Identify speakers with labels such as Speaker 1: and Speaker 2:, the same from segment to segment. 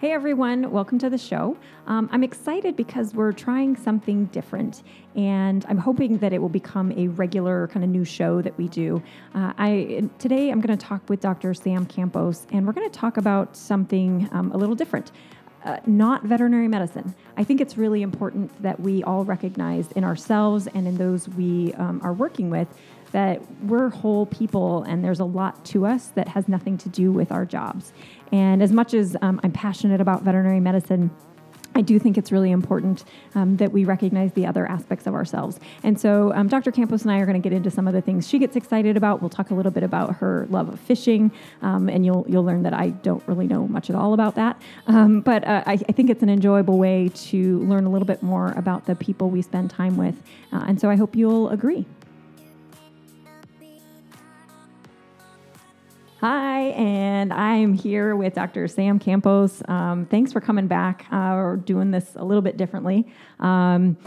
Speaker 1: Hey everyone, welcome to the show. Um, I'm excited because we're trying something different, and I'm hoping that it will become a regular kind of new show that we do. Uh, I today I'm going to talk with Dr. Sam Campos, and we're going to talk about something um, a little different. Uh, not veterinary medicine. I think it's really important that we all recognize in ourselves and in those we um, are working with that we're whole people and there's a lot to us that has nothing to do with our jobs. And as much as um, I'm passionate about veterinary medicine, I do think it's really important um, that we recognize the other aspects of ourselves. And so, um, Dr. Campos and I are going to get into some of the things she gets excited about. We'll talk a little bit about her love of fishing, um, and you'll you'll learn that I don't really know much at all about that. but uh, I, I think it's an enjoyable way to learn a little bit more about the people we spend time with, uh, and so I hope you'll agree. Hi, and I'm here with Dr. Sam Campos. Um, thanks for coming back. Uh, we're doing this a little bit differently. Um,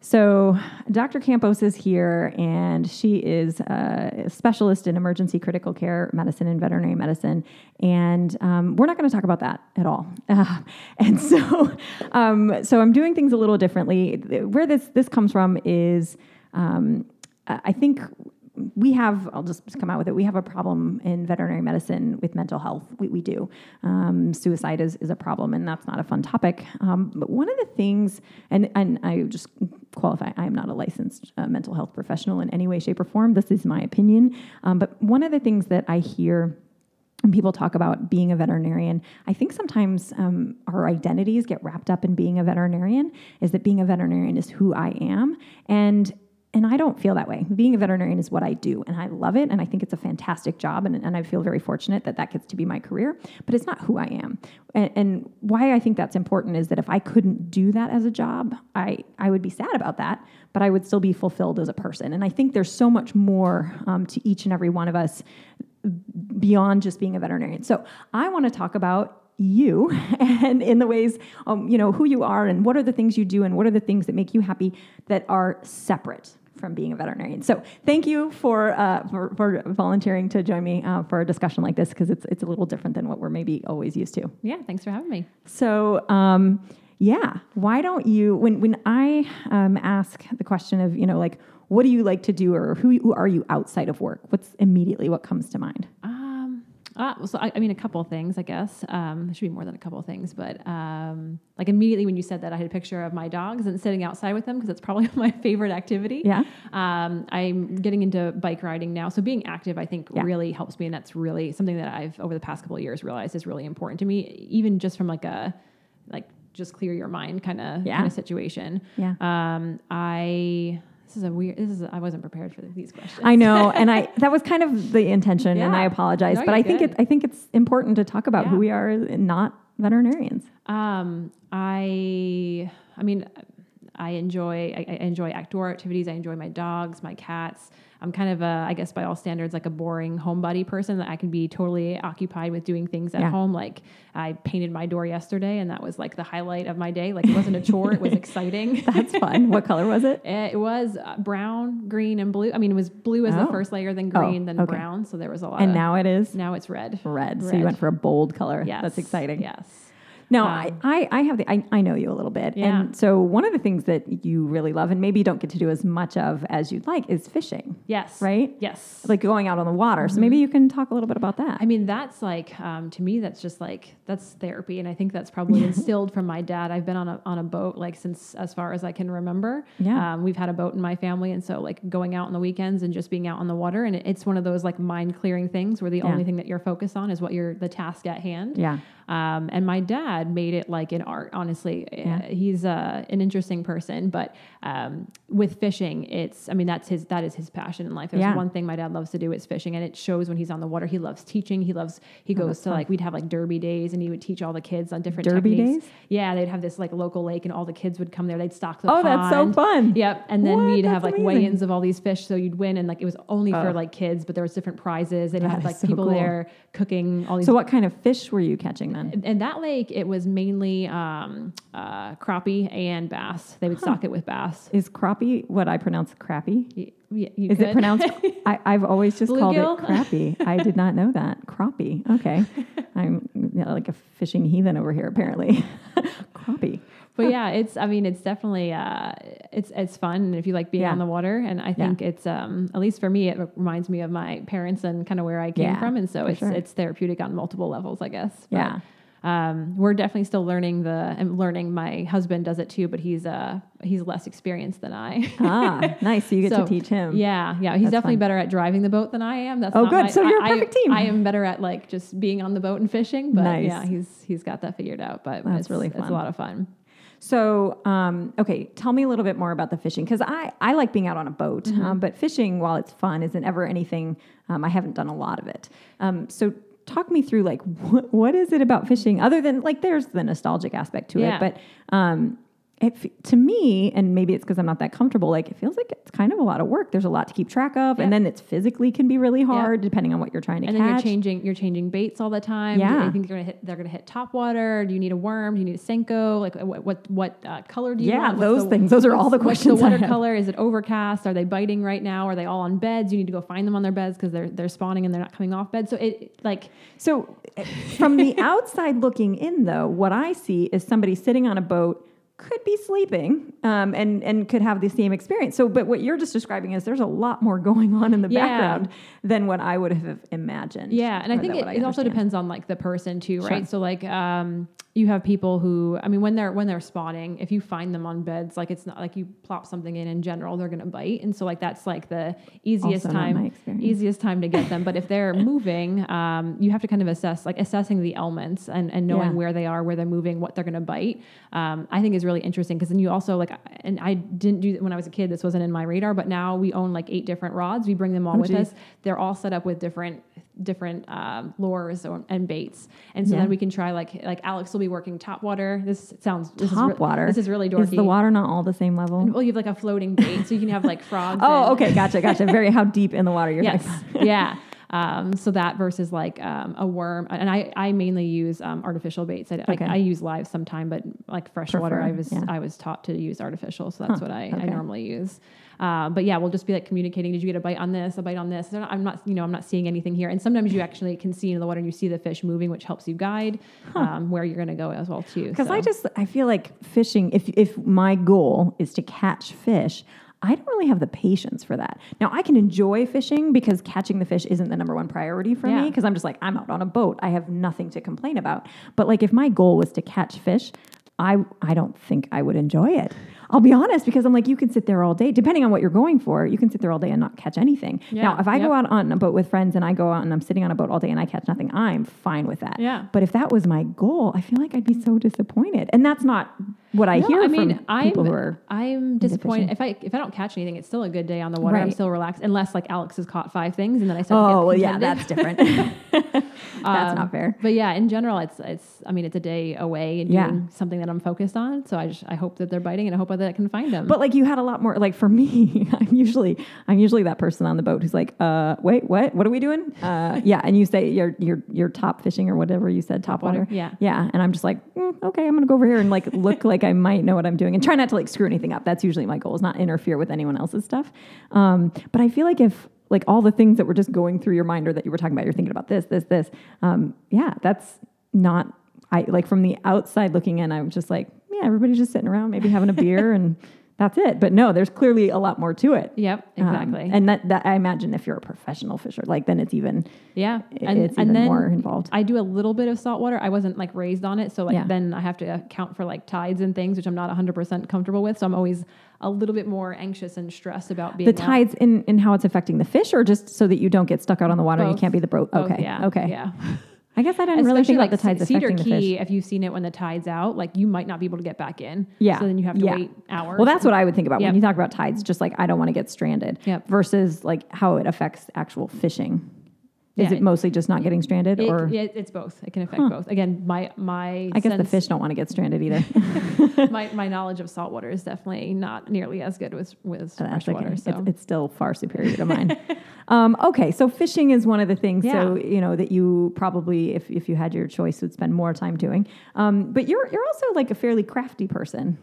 Speaker 1: so, Dr. Campos is here, and she is a specialist in emergency critical care medicine and veterinary medicine. And um, we're not going to talk about that at all. Uh, and so, um, so I'm doing things a little differently. Where this this comes from is, um, I think we have i'll just come out with it we have a problem in veterinary medicine with mental health we, we do um, suicide is, is a problem and that's not a fun topic um, but one of the things and, and i just qualify i am not a licensed uh, mental health professional in any way shape or form this is my opinion um, but one of the things that i hear when people talk about being a veterinarian, I think sometimes um, our identities get wrapped up in being a veterinarian. Is that being a veterinarian is who I am, and and I don't feel that way. Being a veterinarian is what I do, and I love it, and I think it's a fantastic job, and, and I feel very fortunate that that gets to be my career, but it's not who I am. And, and why I think that's important is that if I couldn't do that as a job, I, I would be sad about that, but I would still be fulfilled as a person. And I think there's so much more um, to each and every one of us beyond just being a veterinarian. So I wanna talk about you and in the ways um, you know who you are and what are the things you do and what are the things that make you happy that are separate from being a veterinarian. So thank you for uh, for, for, volunteering to join me uh, for a discussion like this because it's it's a little different than what we're maybe always used to.
Speaker 2: Yeah, thanks for having me.
Speaker 1: So. Um, yeah, why don't you? When when I um, ask the question of you know like what do you like to do or who, who are you outside of work? What's immediately what comes to mind?
Speaker 2: Um, uh, well, so I, I, mean a couple things I guess. Um, should be more than a couple things, but um, like immediately when you said that i had a picture of my dogs and sitting outside with them because it's probably my favorite activity
Speaker 1: yeah
Speaker 2: um, i'm getting into bike riding now so being active i think yeah. really helps me and that's really something that i've over the past couple years realized is really important to me even just from like a like just clear your mind kind of yeah. kind of situation
Speaker 1: yeah
Speaker 2: um, i this is a weird this is a, i wasn't prepared for these questions
Speaker 1: i know and i that was kind of the intention yeah. and i apologize no, but i think good. it i think it's important to talk about who we are and not veterinarians
Speaker 2: um, I, I mean, I enjoy I, I, enjoy outdoor activities. I enjoy my dogs, my cats. I'm kind of a, I guess by all standards, like a boring homebody person that I can be totally occupied with doing things at yeah. home. Like I painted my door yesterday, and that was like the highlight of my day. Like it wasn't a chore; it was exciting. Eh,
Speaker 1: That's fun. What color was it?
Speaker 2: It was uh, brown, green, and blue. I mean, it was blue as oh. the first layer, then green, oh, then okay. brown. So there was a lot.
Speaker 1: And
Speaker 2: of,
Speaker 1: now it is.
Speaker 2: Now it's red.
Speaker 1: red. Red. So you went for a bold color.
Speaker 2: Yes.
Speaker 1: That's exciting.
Speaker 2: Yes.
Speaker 1: No, um, I, I have the I, I know you a little bit.
Speaker 2: Yeah.
Speaker 1: And so one of the things that you really love and maybe you don't get to do as much of as you'd like is fishing.
Speaker 2: Yes.
Speaker 1: Right?
Speaker 2: Yes.
Speaker 1: Like going out on the water. Mm-hmm. So maybe you can talk a little bit about that.
Speaker 2: I mean, that's like um, to me that's just like that's therapy and I think that's probably instilled from my dad. I've been on a on a boat like since as far as I can remember.
Speaker 1: Yeah.
Speaker 2: Um, we've had a boat in my family and so like going out on the weekends and just being out on the water and it, it's one of those like mind clearing things where the yeah. only thing that you're focused on is what you're the task at hand.
Speaker 1: Yeah.
Speaker 2: Um, and my dad made it like an art. Honestly, yeah. uh, he's uh, an interesting person, but um, with fishing, it's I mean that's his that is his passion in life. There's
Speaker 1: yeah.
Speaker 2: one thing my dad loves to do is fishing, and it shows when he's on the water. He loves teaching. He loves he
Speaker 1: Oh,
Speaker 2: goes
Speaker 1: that's
Speaker 2: to
Speaker 1: fun.
Speaker 2: like we'd have like derby days, and he would teach all the kids on different
Speaker 1: Derby
Speaker 2: techniques.
Speaker 1: days?
Speaker 2: Yeah, they'd have this like local lake, and all the kids would come there. They'd stock the
Speaker 1: Oh, that's so
Speaker 2: pond.
Speaker 1: fun.
Speaker 2: Yep, and then
Speaker 1: What?
Speaker 2: we'd have
Speaker 1: That's
Speaker 2: like
Speaker 1: amazing.
Speaker 2: weigh-ins of all these fish, so you'd win, and like it was only
Speaker 1: Oh.
Speaker 2: for like kids, but there was different prizes. They'd
Speaker 1: That
Speaker 2: have
Speaker 1: is
Speaker 2: like
Speaker 1: so
Speaker 2: people
Speaker 1: cool.
Speaker 2: there cooking all these
Speaker 1: So what kind of fish were you catching then?
Speaker 2: And that lake, it was mainly um, uh, crappie and bass. They would stock it with bass.
Speaker 1: Is crappie what I pronounce crappy?
Speaker 2: Y- y- you
Speaker 1: Is
Speaker 2: could.
Speaker 1: it pronounced? I, I've always just called
Speaker 2: Bluegill?
Speaker 1: it crappie. I did not know that. Crappie. Okay. I'm you know, like a fishing heathen over here, apparently. crappie.
Speaker 2: but yeah, it's. I mean, it's definitely. Uh, it's it's fun, and if you like being
Speaker 1: Yeah.
Speaker 2: on the water, and I think it's. Um, at least for me, it reminds me of my parents and kind of where I came
Speaker 1: Yeah,
Speaker 2: from, and so
Speaker 1: for
Speaker 2: it's
Speaker 1: sure.
Speaker 2: it's therapeutic on multiple levels, I guess. But,
Speaker 1: Yeah.
Speaker 2: Um, we're definitely still learning the. I'm learning. My husband does it too, but he's uh he's less experienced than I.
Speaker 1: ah, nice. So you get
Speaker 2: So,
Speaker 1: to teach him.
Speaker 2: Yeah, yeah. He's
Speaker 1: That's
Speaker 2: definitely
Speaker 1: fun.
Speaker 2: better at driving the boat than I am. That's
Speaker 1: Oh,
Speaker 2: not
Speaker 1: good.
Speaker 2: my-
Speaker 1: So you're a
Speaker 2: I-
Speaker 1: perfect
Speaker 2: I,
Speaker 1: team.
Speaker 2: I am better at like just being on the boat and fishing. But
Speaker 1: Nice.
Speaker 2: yeah, he's he's got that figured out. But
Speaker 1: That's
Speaker 2: it's,
Speaker 1: really
Speaker 2: It's
Speaker 1: fun.
Speaker 2: a lot of fun.
Speaker 1: So, um, okay, tell me a little bit more about the fishing because I, I like being out on a boat,
Speaker 2: Mm-hmm.
Speaker 1: um, but fishing, while it's fun, isn't ever anything. Um, I haven't done a lot of it. Um, so, talk me through like what, what is it about fishing other than like there's the nostalgic aspect to
Speaker 2: Yeah.
Speaker 1: it, but um, it, f- to me, and maybe it's because I'm not that comfortable, like it feels like it's kind of a lot of work. There's a lot to keep track of,
Speaker 2: Yeah.
Speaker 1: and then it's physically can be really hard depending on what you're trying to
Speaker 2: And
Speaker 1: catch.
Speaker 2: then you're changing you're changing baits all the time. Do
Speaker 1: Yeah.
Speaker 2: you think they're gonna hit they're gonna hit top water? Do you need a worm? Do you need a senko? Like what what what uh, color do you
Speaker 1: Yeah,
Speaker 2: want? What's
Speaker 1: those
Speaker 2: the-
Speaker 1: things. Those are all the
Speaker 2: what's
Speaker 1: questions I
Speaker 2: The water
Speaker 1: have.
Speaker 2: color is it overcast? Are they biting right now? Are they all on beds? You need to go find them on their beds because they're they're spawning and they're not coming off bed. So it like
Speaker 1: So, from the outside looking in, though, what I see is somebody sitting on a boat could be sleeping um, and and could have the same experience. So, but what you're just describing is there's a lot more going on in the
Speaker 2: Yeah.
Speaker 1: background than what I would have imagined.
Speaker 2: Yeah, and I
Speaker 1: or
Speaker 2: think
Speaker 1: than
Speaker 2: it,
Speaker 1: what I
Speaker 2: it also
Speaker 1: understand.
Speaker 2: depends on like the person too, right?
Speaker 1: Sure.
Speaker 2: So like um you have people who I mean when they're when they're spawning, if you find them on beds, like it's not like you plop something in in general, they're gonna bite. And so like that's like the easiest
Speaker 1: Also not my
Speaker 2: time
Speaker 1: experience.
Speaker 2: easiest time to get them. But if they're moving, um, you have to kind of assess like assessing the elements and, and knowing
Speaker 1: Yeah.
Speaker 2: where they are, where they're moving, what they're gonna bite. Um, I think is really interesting because then you also like and I didn't do when I was a kid, this wasn't in my radar, but now we own like eight different rods. We bring them all
Speaker 1: Oh,
Speaker 2: with
Speaker 1: geez.
Speaker 2: us they're all set up with different different um, lures or, and baits and so
Speaker 1: Yeah.
Speaker 2: then we can try like like alex will be working top water this sounds this is
Speaker 1: Top
Speaker 2: re-
Speaker 1: water?
Speaker 2: this is really dorky
Speaker 1: Is the water not all the same level?
Speaker 2: well you have like a floating bait so you can have like frogs
Speaker 1: Oh,
Speaker 2: and-
Speaker 1: okay, gotcha, gotcha. Very how deep in the water you're.
Speaker 2: yes yeah um, so that versus like um, a worm and i i mainly use um, artificial baits I,
Speaker 1: Okay.
Speaker 2: I, I use live sometime but like freshwater i
Speaker 1: Prefer,
Speaker 2: was
Speaker 1: yeah.
Speaker 2: i was taught to use artificial so that's
Speaker 1: Huh,
Speaker 2: what I, I
Speaker 1: okay.
Speaker 2: normally use uh, but yeah we'll just be like communicating did you get a bite on this a bite on this They're not- i'm not you know i'm not seeing anything here and sometimes you actually can see in the water and you see the fish moving which helps you guide um, where you're going to go as well too
Speaker 1: Because I
Speaker 2: So-
Speaker 1: just I feel like fishing. If if my goal is to catch fish, I don't really have the patience for that. Now I can enjoy fishing because catching the fish isn't the number one priority for me.
Speaker 2: Yeah.
Speaker 1: Because I'm just like I'm out on a boat. I have nothing to complain about. But like if my goal was to catch fish, I I don't think I would enjoy it. I'll be honest because I'm like you can sit there all day. Depending on what you're going for, you can sit there all day and not catch anything. now
Speaker 2: Yeah,
Speaker 1: if I
Speaker 2: yep.
Speaker 1: go out on a boat with friends and I go out and I'm sitting on a boat all day and I catch nothing, I'm fine with that.
Speaker 2: Yeah.
Speaker 1: But if that was my goal, I feel like I'd be so disappointed. And that's not what I
Speaker 2: No,
Speaker 1: hear
Speaker 2: I mean,
Speaker 1: from
Speaker 2: I'm,
Speaker 1: people who are.
Speaker 2: I'm disappointed. If I if I don't catch anything, it's still a good day on the water. I'm
Speaker 1: Right.
Speaker 2: still relaxed, unless like Alex has caught five things, and then I start. to
Speaker 1: Oh,
Speaker 2: get
Speaker 1: well, yeah,
Speaker 2: contended.
Speaker 1: that's different. that's
Speaker 2: Um,
Speaker 1: not fair.
Speaker 2: But yeah, in general, it's it's. I mean, it's a day away and
Speaker 1: Yeah.
Speaker 2: doing something that I'm focused on. So I just I hope that they're biting, and I hope that I can find them.
Speaker 1: But like you had a lot more. Like for me, I'm usually I'm usually that person on the boat who's like, uh, wait, what? What are we doing? Uh, yeah, and you say you're you're you're top fishing or whatever you said, top water.
Speaker 2: water, yeah.
Speaker 1: yeah. And I'm just like, mm, okay, I'm gonna go over here and like look like I might know what I'm doing and try not to like screw anything up. That's usually my goal is not interfere with anyone else's stuff. Um, but I feel like if like all the things that were just going through your mind or that you were talking about, you're thinking about this, this, this. Um, yeah, that's not. I like from the outside looking in, I'm just like, yeah, everybody's just sitting around, maybe having a beer and that's it. But no, there's clearly a lot more to it.
Speaker 2: yep,
Speaker 1: Um,
Speaker 2: exactly.
Speaker 1: and that, that I imagine if you're a professional fisher, like then it's even
Speaker 2: yeah,
Speaker 1: it's even more involved.
Speaker 2: I do a little bit of salt water. I wasn't like raised on it, so like
Speaker 1: Yeah.
Speaker 2: then I have to account for like tides and things, which I'm not 100 percent comfortable with. So I'm always a little bit more anxious and stressed about being
Speaker 1: the
Speaker 2: out.
Speaker 1: tides in, in how it's affecting the fish, or just so that you don't get stuck out on the water and you
Speaker 2: Both.
Speaker 1: can't be the boat.
Speaker 2: Both,
Speaker 1: Okay,
Speaker 2: Yeah.
Speaker 1: okay.
Speaker 2: Yeah.
Speaker 1: I guess I didn't really
Speaker 2: Especially
Speaker 1: think
Speaker 2: like
Speaker 1: about the tides
Speaker 2: Cedar
Speaker 1: affecting the
Speaker 2: Key,
Speaker 1: fish.
Speaker 2: if you've seen it when the tide's out, like you might not be able to get back in.
Speaker 1: Yeah.
Speaker 2: So then you have to
Speaker 1: Yeah.
Speaker 2: wait hours.
Speaker 1: Well, that's what I would think about when
Speaker 2: Yep.
Speaker 1: you talk about tides. Just like I don't want to get stranded.
Speaker 2: Yep.
Speaker 1: Versus like how it affects actual fishing. Is
Speaker 2: Yeah.
Speaker 1: it mostly just not getting stranded,
Speaker 2: It-
Speaker 1: or
Speaker 2: it- it's both. It can affect
Speaker 1: Huh.
Speaker 2: both. Again, my my
Speaker 1: I guess the
Speaker 2: sense-
Speaker 1: fish don't want to get stranded either.
Speaker 2: my, my knowledge of saltwater is definitely not nearly as good with with
Speaker 1: So that's
Speaker 2: freshwater.
Speaker 1: okay.
Speaker 2: So
Speaker 1: It's, it's still far superior to mine. um, okay, so fishing is one of the things. So you know that you probably, if, if you had your choice, would spend more time doing. Um, but you're you're also like a fairly crafty person.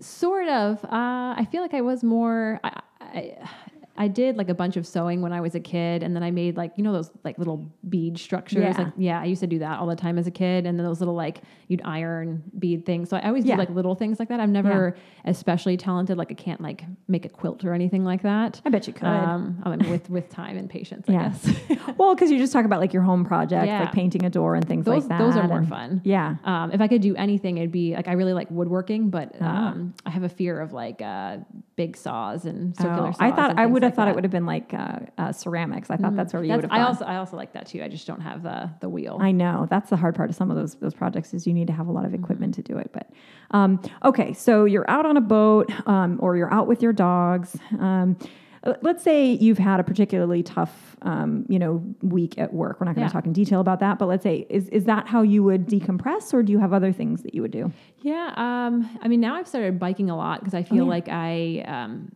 Speaker 2: sort of. Uh, I feel like I was more. I, I, I did like a bunch of sewing when I was a kid, and then I made like you know those like little bead structures.
Speaker 1: Yeah.
Speaker 2: Like yeah, I used to do that all the time as a kid, and then those little like you'd iron bead things. So I always
Speaker 1: Yeah.
Speaker 2: do like little things like that. I'm never especially talented. Like I can't like make a quilt or anything like that.
Speaker 1: I bet you could.
Speaker 2: Um, I mean, with with time and patience, I
Speaker 1: Yeah.
Speaker 2: guess.
Speaker 1: well, because you just talk about like your home projects,
Speaker 2: Yeah.
Speaker 1: like painting a door and things
Speaker 2: those
Speaker 1: like that.
Speaker 2: those are more
Speaker 1: and-
Speaker 2: fun.
Speaker 1: Yeah.
Speaker 2: Um, if I could do anything, it'd be like I really like woodworking, but
Speaker 1: Ah.
Speaker 2: um, I have a fear of like uh, big saws and circular
Speaker 1: Oh,
Speaker 2: saws.
Speaker 1: I thought
Speaker 2: and
Speaker 1: I
Speaker 2: things
Speaker 1: would have
Speaker 2: like
Speaker 1: thought
Speaker 2: that. Mm,
Speaker 1: it would have been like uh, uh, ceramics. I thought that's where you
Speaker 2: That's-
Speaker 1: would have.
Speaker 2: I
Speaker 1: gone.
Speaker 2: also I also like that too. I just don't have the the wheel.
Speaker 1: I know that's the hard part of some of those those projects is you need to have a lot of
Speaker 2: Mm-hmm.
Speaker 1: equipment to do it. But um, okay, so you're out on a boat um, or you're out with your dogs. Um, l- let's say you've had a particularly tough um, you know week at work. We're not going
Speaker 2: Yeah.
Speaker 1: to talk in detail about that, but let's say is is that how you would decompress, or do you have other things that you would do?
Speaker 2: yeah. Um, I mean, now I've started biking a lot because I feel
Speaker 1: Oh, yeah.
Speaker 2: like I. Um,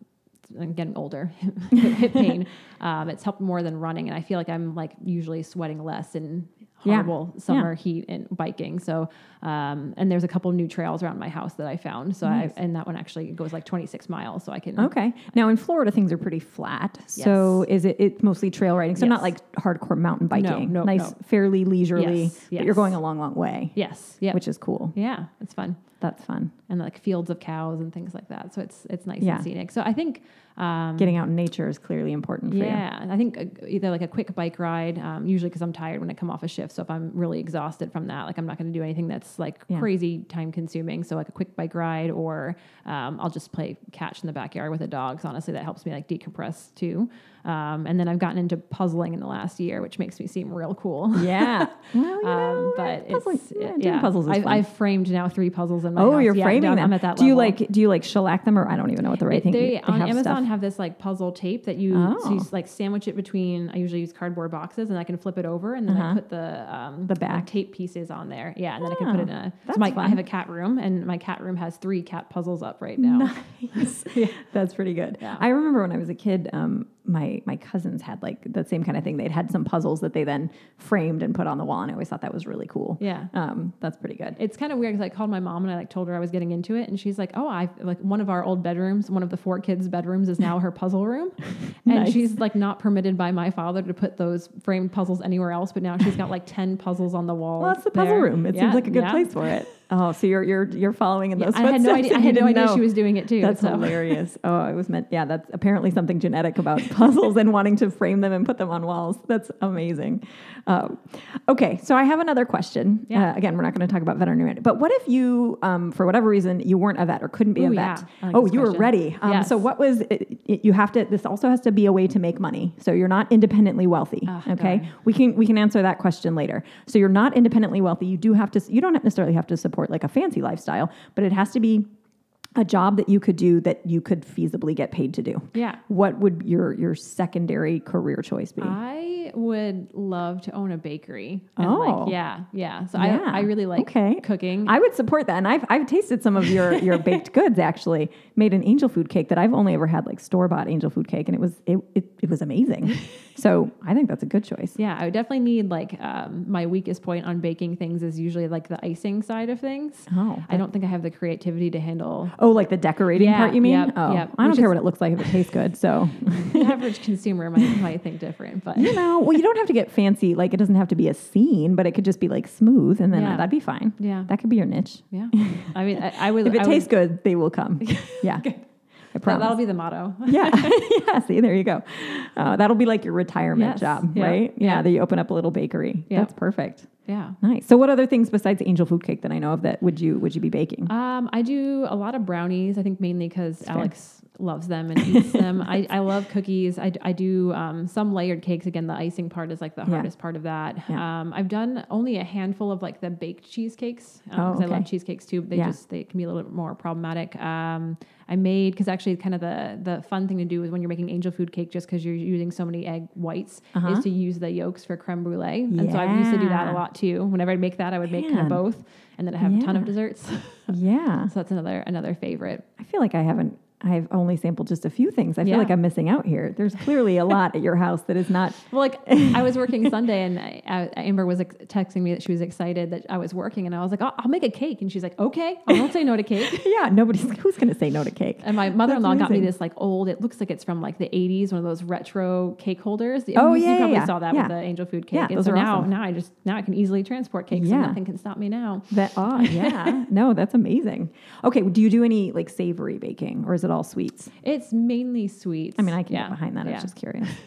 Speaker 2: I'm getting older, hip pain. Um, it's helped more than running, and I feel like I'm like usually sweating less in
Speaker 1: Yeah.
Speaker 2: horrible summer heat and biking. So, um, and there's a couple new trails around my house that I found. So,
Speaker 1: Nice.
Speaker 2: I and that one actually goes like 26 miles. So I can
Speaker 1: Okay. Now in Florida, things are pretty flat. So is it it's mostly trail riding? So not
Speaker 2: Yes.
Speaker 1: like hardcore mountain biking.
Speaker 2: no,
Speaker 1: nice,
Speaker 2: no.
Speaker 1: fairly leisurely.
Speaker 2: Yes,
Speaker 1: But you're
Speaker 2: yes.
Speaker 1: going a long, long way,
Speaker 2: Yes. Yeah.
Speaker 1: which is cool.
Speaker 2: yeah, it's fun.
Speaker 1: That's fun.
Speaker 2: And like fields of cows and things like that. So it's it's nice
Speaker 1: Yeah.
Speaker 2: and scenic. So I think um
Speaker 1: Getting out in nature is clearly important for you.
Speaker 2: yeah, and I think uh, either like a quick bike ride, um, usually because I'm tired when I come off a shift. So if I'm really exhausted from that, like I'm not going to do anything that's like
Speaker 1: Yeah.
Speaker 2: crazy time consuming. So like a quick bike ride, or um, I'll just play catch in the backyard with the dogs. Honestly, that helps me like decompress too. Um, and then I've gotten into puzzling in the last year, which makes me seem real cool.
Speaker 1: Yeah. well, you
Speaker 2: Um,
Speaker 1: know,
Speaker 2: but
Speaker 1: puzzling-
Speaker 2: it's,
Speaker 1: yeah,
Speaker 2: yeah,
Speaker 1: doing puzzles is
Speaker 2: I've,
Speaker 1: fun.
Speaker 2: I've framed now three puzzles in my
Speaker 1: oh,
Speaker 2: house.
Speaker 1: you're
Speaker 2: Yeah, I'm
Speaker 1: framing
Speaker 2: down-
Speaker 1: them.
Speaker 2: I'm at that
Speaker 1: do you
Speaker 2: level.
Speaker 1: like do you like shellac them or I don't even know what the right thing
Speaker 2: They,
Speaker 1: they
Speaker 2: on
Speaker 1: have
Speaker 2: Amazon
Speaker 1: stuff.
Speaker 2: have this like puzzle tape that you, so
Speaker 1: Oh.
Speaker 2: you s- like sandwich it between. I usually use cardboard boxes, and I can flip it over, and then I
Speaker 1: Uh-huh.
Speaker 2: put the um,
Speaker 1: The back.
Speaker 2: tape pieces on there. Yeah, and then I can put it in
Speaker 1: Ah,
Speaker 2: a.
Speaker 1: that's
Speaker 2: so my,
Speaker 1: fun.
Speaker 2: I have a cat room, and my cat room has three cat puzzles up right now.
Speaker 1: Nice. That's pretty good.
Speaker 2: Yeah.
Speaker 1: I remember when I was a kid, um, my my cousins had like the same kind of thing. They'd had some puzzles that they then framed and put on the wall, and I always thought that was really cool.
Speaker 2: Yeah.
Speaker 1: Um, that's pretty good.
Speaker 2: It's kind of weird because I called my mom and I like told her I was getting into it, and she's like, "Oh, I like one of our old bedrooms, one of the four kids' bedrooms is now her puzzle room, and
Speaker 1: Nice.
Speaker 2: she's like not permitted by my father to put those framed puzzles anywhere else, but now she's got like ten puzzles on the wall.
Speaker 1: Well, that's the puzzle
Speaker 2: there.
Speaker 1: room. It
Speaker 2: Yeah,
Speaker 1: seems like a good
Speaker 2: yeah.
Speaker 1: place for it. Oh, so you're you're you're following in
Speaker 2: Yeah,
Speaker 1: those.
Speaker 2: I had no
Speaker 1: footsteps
Speaker 2: idea. I
Speaker 1: and
Speaker 2: had
Speaker 1: you
Speaker 2: no
Speaker 1: didn't
Speaker 2: idea
Speaker 1: know.
Speaker 2: she was doing it too.
Speaker 1: That's
Speaker 2: so.
Speaker 1: hilarious. Oh, it was meant. Yeah, that's apparently something genetic about puzzles and wanting to frame them and put them on walls. That's amazing. Um, okay, so I have another question.
Speaker 2: Yeah.
Speaker 1: Uh, again, we're not going to talk about veterinary, but what if you, um, for whatever reason, you weren't a vet or couldn't be a
Speaker 2: Ooh,
Speaker 1: vet?
Speaker 2: yeah. I like
Speaker 1: oh,
Speaker 2: this
Speaker 1: you were
Speaker 2: question.
Speaker 1: ready. Um, So
Speaker 2: Yes.
Speaker 1: what was? It, it- you have to. This also has to be a way to make money. So you're not independently wealthy.
Speaker 2: Oh,
Speaker 1: okay,
Speaker 2: God.
Speaker 1: we can we can answer that question later. So you're not independently wealthy. You do have to. You don't necessarily have to support like a fancy lifestyle, but it has to be a job that you could do that you could feasibly get paid to do.
Speaker 2: Yeah.
Speaker 1: What would your your secondary career choice be?
Speaker 2: Um, I would love to own a bakery. And
Speaker 1: Oh.
Speaker 2: Like, yeah, yeah. So
Speaker 1: Yeah.
Speaker 2: I, I really like
Speaker 1: Okay.
Speaker 2: cooking.
Speaker 1: I would support that, and I've I've tasted some of your your baked goods. Actually, made an angel food cake that I've only ever had like store bought angel food cake, and it was it, it it was amazing. So I think that's a good choice.
Speaker 2: yeah, I would definitely need like um, my weakest point on baking things is usually like the icing side of things.
Speaker 1: Oh,
Speaker 2: I don't think I have the creativity to handle
Speaker 1: Oh, like the decorating
Speaker 2: Yeah,
Speaker 1: part, you mean?
Speaker 2: yep,
Speaker 1: oh,
Speaker 2: yep.
Speaker 1: I don't
Speaker 2: Which
Speaker 1: care
Speaker 2: is-
Speaker 1: what it looks like if it tastes good. So,
Speaker 2: the average consumer might might think different, but
Speaker 1: you know, well, you don't have to get fancy. Like, it doesn't have to be a scene, but it could just be like smooth, and then
Speaker 2: Yeah.
Speaker 1: that'd be fine.
Speaker 2: yeah,
Speaker 1: That could be your niche.
Speaker 2: yeah. I mean, I, I would.
Speaker 1: If it
Speaker 2: I would-
Speaker 1: tastes good, they will come. Yeah. I
Speaker 2: that, that'll
Speaker 1: promise.
Speaker 2: be the motto.
Speaker 1: yeah. yeah. See, there you go. Uh, that'll be like your retirement
Speaker 2: Yes.
Speaker 1: job,
Speaker 2: Yeah.
Speaker 1: right? Yeah.
Speaker 2: Yeah.
Speaker 1: That you open up a little bakery.
Speaker 2: Yeah.
Speaker 1: That's perfect.
Speaker 2: Yeah.
Speaker 1: Nice. So, what other things besides angel food
Speaker 2: Uh,
Speaker 1: cake that I know of that would you would you be baking?
Speaker 2: Um, I do a lot of brownies. I think mainly because
Speaker 1: fair.
Speaker 2: Alex loves them and eats them. I, I love cookies. I, d- I do um, some layered cakes. Again, the icing part is like the
Speaker 1: Yeah.
Speaker 2: hardest part of that.
Speaker 1: Yeah.
Speaker 2: Um, I've done only a handful of like the baked cheesecakes because
Speaker 1: Oh,
Speaker 2: I
Speaker 1: okay.
Speaker 2: love cheesecakes too. But they
Speaker 1: Yeah.
Speaker 2: just they can be a little bit more problematic. Um, I made because actually kind of the the fun thing to do is when you're making angel food cake, just because you're using so many egg whites,
Speaker 1: Uh-huh.
Speaker 2: is to use the yolks for creme brulee. And so I used to do that
Speaker 1: Yeah.
Speaker 2: a lot too. Whenever I'd make that, I would make kind
Speaker 1: Man.
Speaker 2: of both, and then I have a ton of
Speaker 1: Yeah.
Speaker 2: desserts. so
Speaker 1: Yeah.
Speaker 2: that's another another favorite.
Speaker 1: I feel like I haven't. I've only sampled just a few things. I feel
Speaker 2: Yeah.
Speaker 1: like I'm missing out here. There's clearly a lot at your house that is not.
Speaker 2: Well, like I was working Sunday, and I, I, Amber was like, texting me that she was excited that I was working, and I was like, "I'll, I'll make a cake," and she's like, "Okay, I won't say no to cake."
Speaker 1: Yeah, nobody's. Who's going to say no to cake?
Speaker 2: And my mother-in-law got me
Speaker 1: amazing.
Speaker 2: this like old. It looks like it's from like the '80s, one of those retro cake holders. The-
Speaker 1: Oh,
Speaker 2: you,
Speaker 1: yeah,
Speaker 2: you
Speaker 1: yeah,
Speaker 2: probably
Speaker 1: yeah.
Speaker 2: saw that
Speaker 1: Yeah.
Speaker 2: with the angel food cake.
Speaker 1: Yeah,
Speaker 2: and
Speaker 1: those
Speaker 2: so
Speaker 1: are
Speaker 2: now,
Speaker 1: awesome.
Speaker 2: now I just now I can easily transport cakes.
Speaker 1: Yeah.
Speaker 2: and nothing can stop me now.
Speaker 1: That oh yeah no that's amazing. Okay, do you do any like savory baking or is it all sweets?
Speaker 2: It's mainly sweets.
Speaker 1: I mean, I can get behind that. I was just curious.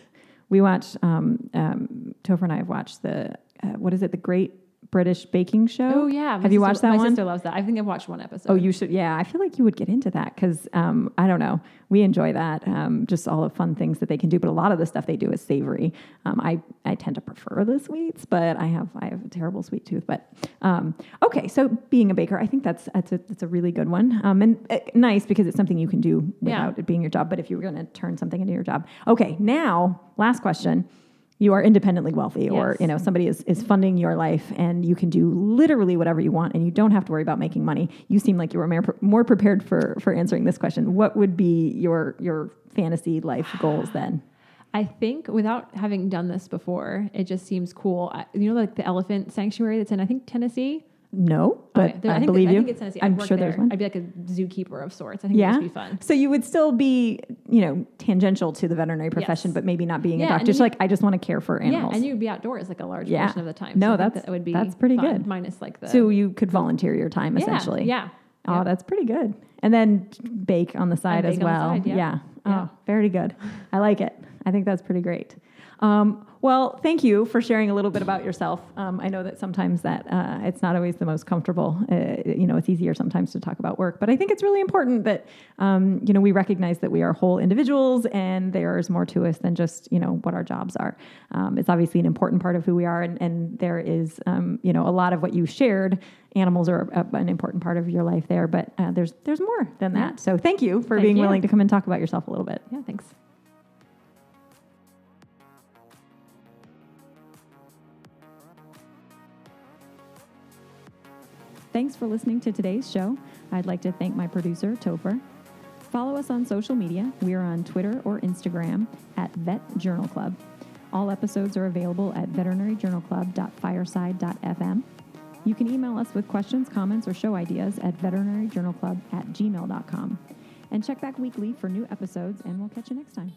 Speaker 1: We watch um, um, Topher and I have watched the uh, what is it? The Great British Baking Show.
Speaker 2: Oh yeah,
Speaker 1: have
Speaker 2: my
Speaker 1: you
Speaker 2: sister-
Speaker 1: watched that
Speaker 2: my
Speaker 1: one?
Speaker 2: sister loves that. I think I've watched one episode.
Speaker 1: Oh, you should. Yeah, I feel like you would get into that because um, I don't know. We enjoy that. Um, just all the fun things that they can do, but a lot of the stuff they do is savory. Um, I I tend to prefer the sweets, but I have I have a terrible sweet tooth. But um, okay, so being a baker, I think that's that's a, that's a really good one um, and uh, nice because it's something you can do
Speaker 2: Yeah.
Speaker 1: without it being your job. But if you were going to turn something into your job, okay. Now, last question. You are independently wealthy, or
Speaker 2: Yes.
Speaker 1: you know somebody is, is funding your life and you can do literally whatever you want and you don't have to worry about making money you seem like you were mer- more prepared for for answering this question what would be your your fantasy life goals then
Speaker 2: I think without having done this before, it just seems cool. I, you know, like the elephant sanctuary that's in I think Tennessee.
Speaker 1: no but
Speaker 2: Okay, there-
Speaker 1: i,
Speaker 2: think
Speaker 1: believe
Speaker 2: I
Speaker 1: you
Speaker 2: think it's Tennessee. I'd
Speaker 1: i'm
Speaker 2: work
Speaker 1: sure
Speaker 2: there.
Speaker 1: there's one
Speaker 2: I'd be like a zookeeper of sorts. I think
Speaker 1: yeah
Speaker 2: that'd be fun.
Speaker 1: so you would still be you know tangential to the veterinary profession
Speaker 2: Yes.
Speaker 1: but maybe not being
Speaker 2: Yeah,
Speaker 1: a doctor
Speaker 2: and
Speaker 1: just
Speaker 2: you-
Speaker 1: like i just want to care for animals
Speaker 2: Yeah, and you'd be outdoors like a large
Speaker 1: Yeah.
Speaker 2: portion of the time.
Speaker 1: No,
Speaker 2: I think
Speaker 1: that's-
Speaker 2: that would be
Speaker 1: that's pretty
Speaker 2: fun,
Speaker 1: good.
Speaker 2: minus like the
Speaker 1: so you could volunteer your time
Speaker 2: yeah,
Speaker 1: essentially
Speaker 2: Yeah,
Speaker 1: Oh,
Speaker 2: Yeah.
Speaker 1: that's pretty good. And then bake on the side as
Speaker 2: bake on the
Speaker 1: well.
Speaker 2: side, yeah. Yeah.
Speaker 1: Oh, very good. I like it. I think that's pretty great. Um, well, thank you for sharing a little bit about yourself. Um, I know that sometimes that uh, it's not always the most comfortable. Uh, you know, it's easier sometimes to talk about work, but I think it's really important that um, you know we recognize that we are whole individuals and there is more to us than just you know what our jobs are. Um, it's obviously an important part of who we are, and, and there is um, you know a lot of what you shared. Animals are a, an important part of your life there, but uh, there's there's more than
Speaker 2: Yeah.
Speaker 1: that. So thank you for
Speaker 2: Thank
Speaker 1: being
Speaker 2: you.
Speaker 1: willing to come and talk about yourself a little bit.
Speaker 2: yeah. Thanks.
Speaker 1: Thanks for listening to today's show. I'd like to thank my producer, Topher. Follow us on social media. We are on Twitter or Instagram at Vet Journal Club. All episodes are available at veterinaryjournalclub.fireside.fm. You can email us with questions, comments, or show ideas at veterinaryjournalclub at gmail.com. And check back weekly for new episodes, and we'll catch you next time.